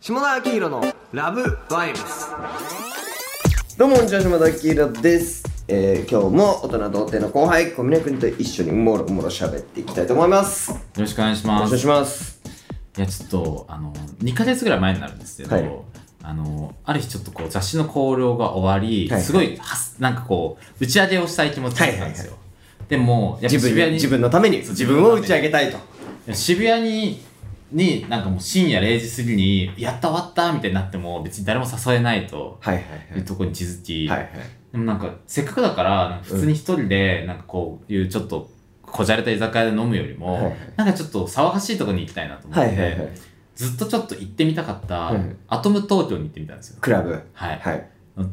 下田明宏のラブバイブスどうも、こんにちは、島田明です。えー、今日も大人童貞の後輩、小峰君と一緒にもろもろ喋っていきたいと思います。よよろしくお願いしろましくお願す。いします。いや、ちょっと、あの、2ヶ月ぐらい前になるんですけど、はいあの、ある日ちょっとこう、雑誌の考慮が終わり、はいすごい、はすなんかこう、打ち上げをしたい気持ちだったんですよ。でも、やっぱ自渋分谷に、自分のために、そう自分を打ち上げたいと。渋谷に、に、なんかもう深夜0時過ぎに、やった終わったみたいになっても、別に誰も誘えないと、はいはいい、うとこに気づき、はいはい。でもなんか、せっかくだから、なんか普通に一人で、なんかこういうちょっと、こじゃれた居酒屋で飲むよりも、はいはいなんかちょっと騒がしいとこに行きたいなと思はって、いはいはい。ずっとちょっと行ってみたかった、はいアトム東京に行ってみたんですよ。クラブ。はい。はい。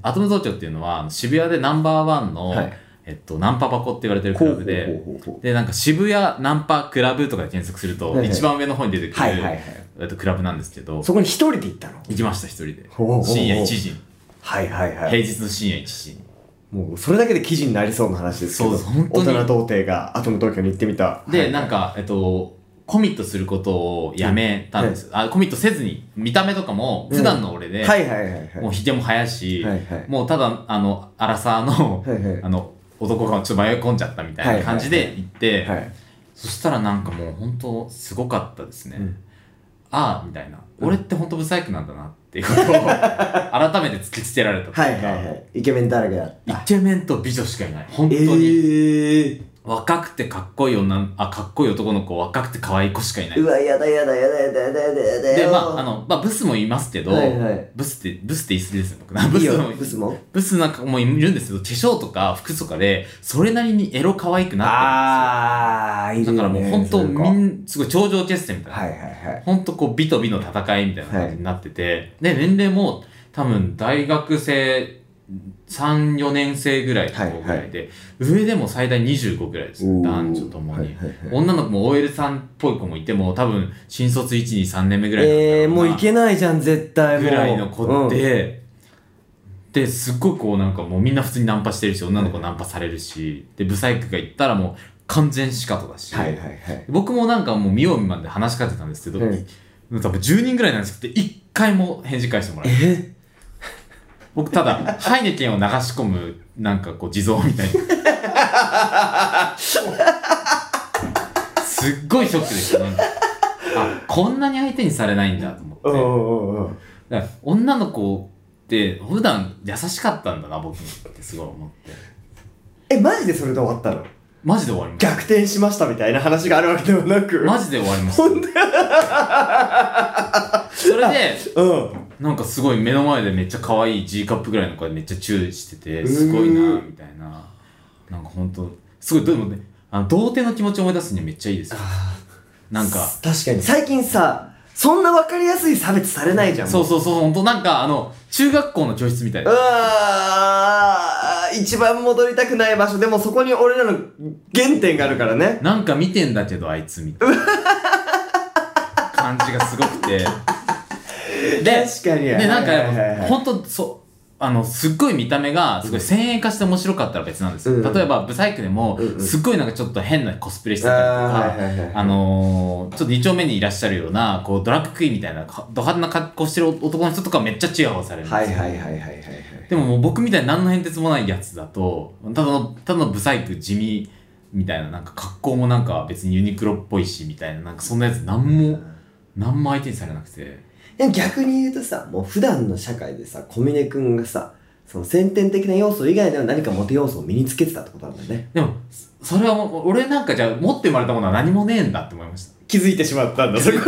アトム東京っていうのは、渋谷でナンバーワンの、はいえっと、ナンパ箱って言われてるクほうラほブうで、ほうほうほで、なんか渋谷ナンパクラブとかで検索すると、はいはい一番上の方に出てくう。る、はいはいはい。えっと、クラブなんですけど、そこに一人で行ったの行きました、一人でほうほうほ。う深夜1時に。はいはいはい。平日の深夜1時に。もう、それだけで記事になりそうな話ですけど、そう本当に大人童貞がアトム東京に行ってみた。で、はいなんか、えっと、コミットすることをやめたんです。あ、コミットせずに、見た目とかも、普段の俺で、はいはいはいはい。もうひげも生やし、はいはいもうただ、あの、アラサーの、はいはいあの、男がちょっと迷い込んじゃったみたいな感じで行って、はい。そしたらなんかもう本当すごかったですね。うんああ、みたいな。俺って本当ブサイクなんだなっていうことを改めて突きつけられたというか、はいはいはい。イケメンだらけだっイた。ケメンと美女しかいない。本当えに。ー。。若くてかっこいい女、あ、かっこいい男の子、若くて可愛い子しかいないうわ、やだやだやだやだやだやだやだで、まあ、あの、まあ、ブスもいますけど、はいはいブスって、ブスって言い過ぎですよ、僕な。ブいいスよも、ブスもブスなんかもいるんですけど、化粧とか服とかで、それなりにエロ可愛くなっああ、いてるんですよ。だからもう本当、みん、すごい頂上決戦みたいな。はいはいはい。本当こう、美と美の戦いみたいな感じになってて、で、年齢も多分大学生、3、4年生ぐらいの子ぐらいで、上でも最大25ぐらいですおーね、男女ともに。はいはいはい女の子も OL さんっぽい子もいても、多分新卒1、2、3年目ぐらいなんだろえー、なもういけないじゃん、絶対もう。ぐらいの子うんで、で、すっごいこうなんかもうみんな普通にナンパしてるし、女の子ナンパされるし、で、ブサイクが言ったらもう完全シカトだし、はいはいはい。僕もなんかもう見よう見まんで話しかけてたんですけど、うんい多分10人ぐらいなんですけど、一回も返事返してもらえないえ僕ただ、ハイネケンを流し込む、なんかこう、地蔵みたい な。すっごいショックでした。なんかあ、こんなに相手にされないんだと思って。うんうんうんうん。だから女の子って普段優しかったんだな僕にってすごい思ってえ、マジでそれで終わったのマジで終わりまし逆転しましたみたいな話があるわけでもなく。たマジで終わりましたそれでうん。なんかすごい目の前でめっちゃ可愛い G カップぐらいの子でめっちゃチューしててすごいなみたいななんかほんとすごいでもねあの童貞の気持ちを思い出すにはめっちゃいいですよなんか確かに。最近さ、そんなわかりやすい差別されないじゃん。そうう。そうそうほんとなんかあの中学校の教室みたいうなわー、一番戻りたくない場所。でもそこに俺らの原点があるからね。なんか見てんだけどあいつみたいな感じがすごくてで確かに。で、なんかはいはいやっはぱ、いほんと、そう、あの、すっごい見た目が、すごい先鋭化して面白かったら別なんですよ。うんうん例えば、ブサイクでもうんう、んすっごいなんかちょっと変なコスプレしてたりとあーかはいはいはい、あのー、ちょっと二丁目にいらっしゃるような、こう、ドラッグクイーンみたいな、かド派手な格好してる男の人とかめっちゃチヤホヤされるんですよ。はいはいはいはいはいはい。でももう僕みたいに何の変哲もないやつだと、ただの、ただのブサイク地味みたいな、なんか格好もなんか別にユニクロっぽいし、みたいな、なんかそんなやつ何も、何も相手にされなくて。でも逆に言うとさ、もう普段の社会でさ、小峰くんがさ、その先天的な要素以外では何かモテ要素を身につけてたってことなんだね。でも、そそれはもう、俺なんかじゃあ持って生まれたものは何もねえんだって思いました。気づいてしまったんだ、そこに。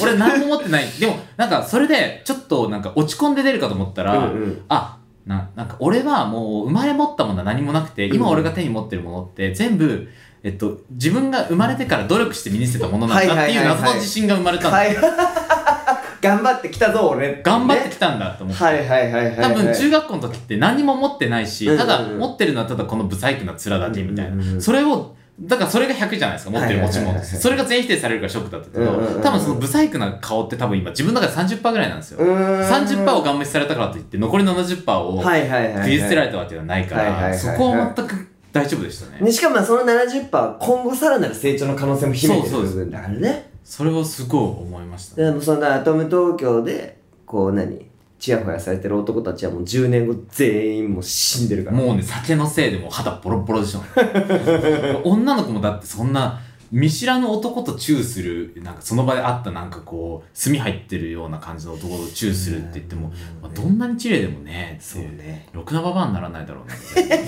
俺何も持ってない。でも、なんかそれで、ちょっとなんか落ち込んで出るかと思ったら、うんうんあ、な、なんか俺はもう生まれ持ったものは何もなくて、今俺が手に持ってるものって全部、えっと、自分が生まれてから努力して身につけたものなんだっていうはいはいはいはい謎の自信が生まれたんだ。はい。 頑張ってきたぞ、俺。頑張ってねきたんだって思って。はいはいはいはいはい。多分中学校の時って何も持ってないし、うんうんうたんだ持ってるのはただこのブサイクな面だけみたいうんうんうな。んそれを、だからそれが100じゃないですか、持ってるはいは持いちはいはい物。それが全否定されるからショックだったけどうんうんうんう、ん多分そのブサイクな顔って多分今自分の中で30%ぐらいなんですよ。うーん30%をガン無視されたからといって、残りの70%をはいはいはいはい。切り捨てられたわけではないかはいはいはいはら、いそこは全く大丈夫でしたね。ね、しかもその70%、今後さらなる成長の可能性も秘めてるそう部そう分だからね。それをすごい思いましたで、ね。あの、そんなアトム東京で、こう何チヤホヤされてる男たちはもう10年後全員もう死んでるからもうね、酒のせいでもう肌ボロボロで しょ。女の子もだってそんな、見知らぬ男とチューする、なんかその場で会ったなんかこう、墨入ってるような感じの男とチューするって言っても、まあ、どんなに綺麗でもね、そう。ねろくなババアにならないだろうな。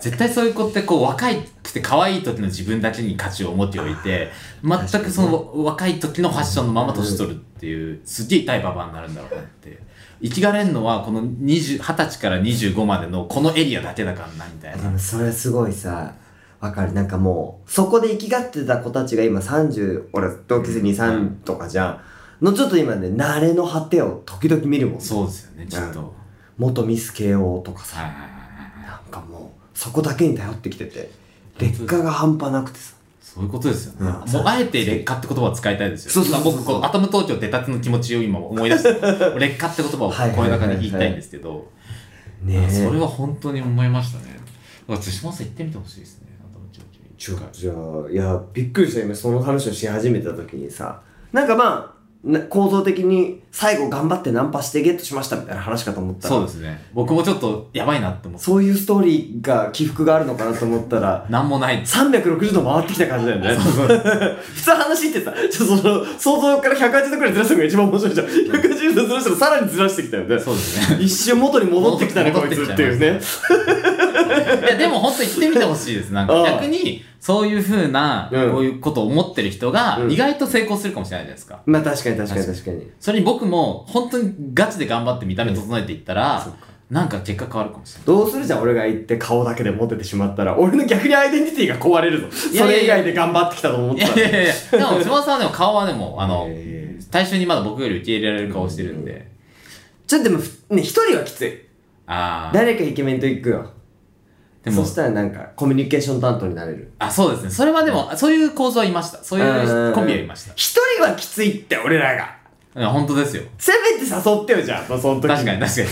絶対そういう子ってこう若くて可愛い時の自分だけに価値を持っておいて、全くその若い時のファッションのまま年取るっていう、すっげえ痛いババアになるんだろうなって。生きがれんのはこの20 20歳から25までのこのエリアだけだからな、みたいでな。もそれすごいさわかるなんかもうそこで生きがってた子たちが今30俺同級生23とかじゃんのちょっと今ね慣れの果てを時々見るもんそうですよね、ちょっと。元ミス慶応とかさはいはいはいはいなんかもうそこだけに頼ってきてて劣化が半端なくてさそういうことですよね。うんもうあえて劣化って言葉を使いたいですよ。そうそうそうそう今僕こう、アトム東京出たての気持ちを今思い出して、 劣化って言葉をこういう中で言いたいんですけど。ねえそれは本当に思いましたね。だから津島さん行ってみてほしいですね。ちょじゃあいやびっくりした今その話をし始めた時にさなんかまあな構造的に最後頑張ってナンパしてゲットしましたみたいな話かと思ったらそうですね。僕もちょっとやばいなって思って。そういうストーリーが起伏があるのかなと思ったらなんもない。 360度回ってきた感じだよね普通話ってさちょっとその想像から180度くらいずらしたのが一番面白いじゃん180度ずらしたらさらにずらしてきたよねそうですね。一瞬元に戻ってきたねこ戻いってつきちゃいっましてたいうねいや、でも本当行ってみてほしいです。なんうかん逆に、そういうふうな、うんこういうことを思ってる人がう、ん意外と成功するかもしれないじゃないですか。まあ確かに確かに確かにそれに僕も、本当にガチで頑張って見た目整えていったらそうか、なんか結果変わるかもしれない。どうするじゃん俺が言って顔だけでモテてしまったら俺の逆にアイデンティティが壊れるぞいやそいやれ以外で頑張ってきたと思っいたやらいやいや、でも、島さんはでも顔はでも、あのいやいやいや、最初にまだ僕より受け入れられる顔してるんで。ちょっとでもふね一人はきついああ。誰かイケメンと行くよでそしたらなんかコミュニケーション担当になれるあ、そうですね。それはでも、そういう構造はいました。そういうコンビはいました。一人はきついって俺らがうん本当ですよ。せめて誘ってよじゃん、まあ、その時確かに確かに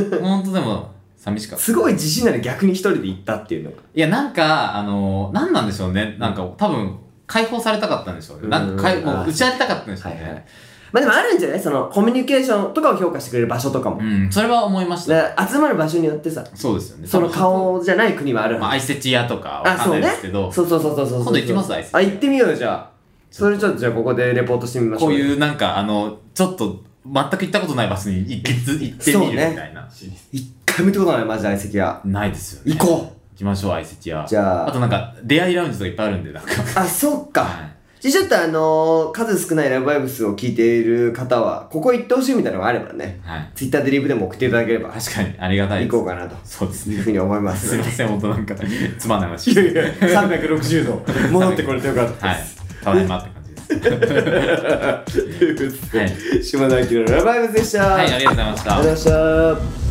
そう。本当でも、寂しかった。すごい自信なら逆に一人で行ったっていうのがいや、なんか、あのー、なんなんでしょうね。なんか、多分、解放されたかったんでしょうね。なんか、う解んもう打ち合いたかったんでしょうね。まあでもあるんじゃないそのコミュニケーションとかを評価してくれる場所とかも、うん、それは思いました。だから集まる場所によってさそうですよね。その多分顔じゃない国はあるはずまあ、アイセチアとか、わあ、かんそなういねですけど、そうそうそうそうそう。今度行きますアイスあ、行ってみようよ、じゃあ。それちょっとじゃあここでレポートしてみましょこう。うう。いう、なんか、あの、ちょっと、全く行ったことない場所に行きつ行ってみるみたいな。一回も行ったことない、マジで相席屋。ないですよね。行こう行きましょう、アイセチア。じゃああとなんか、出会いラウンジとかいっぱいあるんで、なんか。あ、そっはか。いじゃあちょっとあのー数少ないラブライブスを聞いている方は、ここ行ってほしいみたいなのがあればね、はい。ツイッターでリープでも送っていただければ、確かに、ありがた行いです。こうかなと。そうですいうねふう。に思います。すいません、本当なんか、つまんない話。 360度戻ってこれてよかったはでいす。。ただいまって感じです。 ということで、島田明のラブライブスでした。はい、ありがとうございましたあり。がとうございました。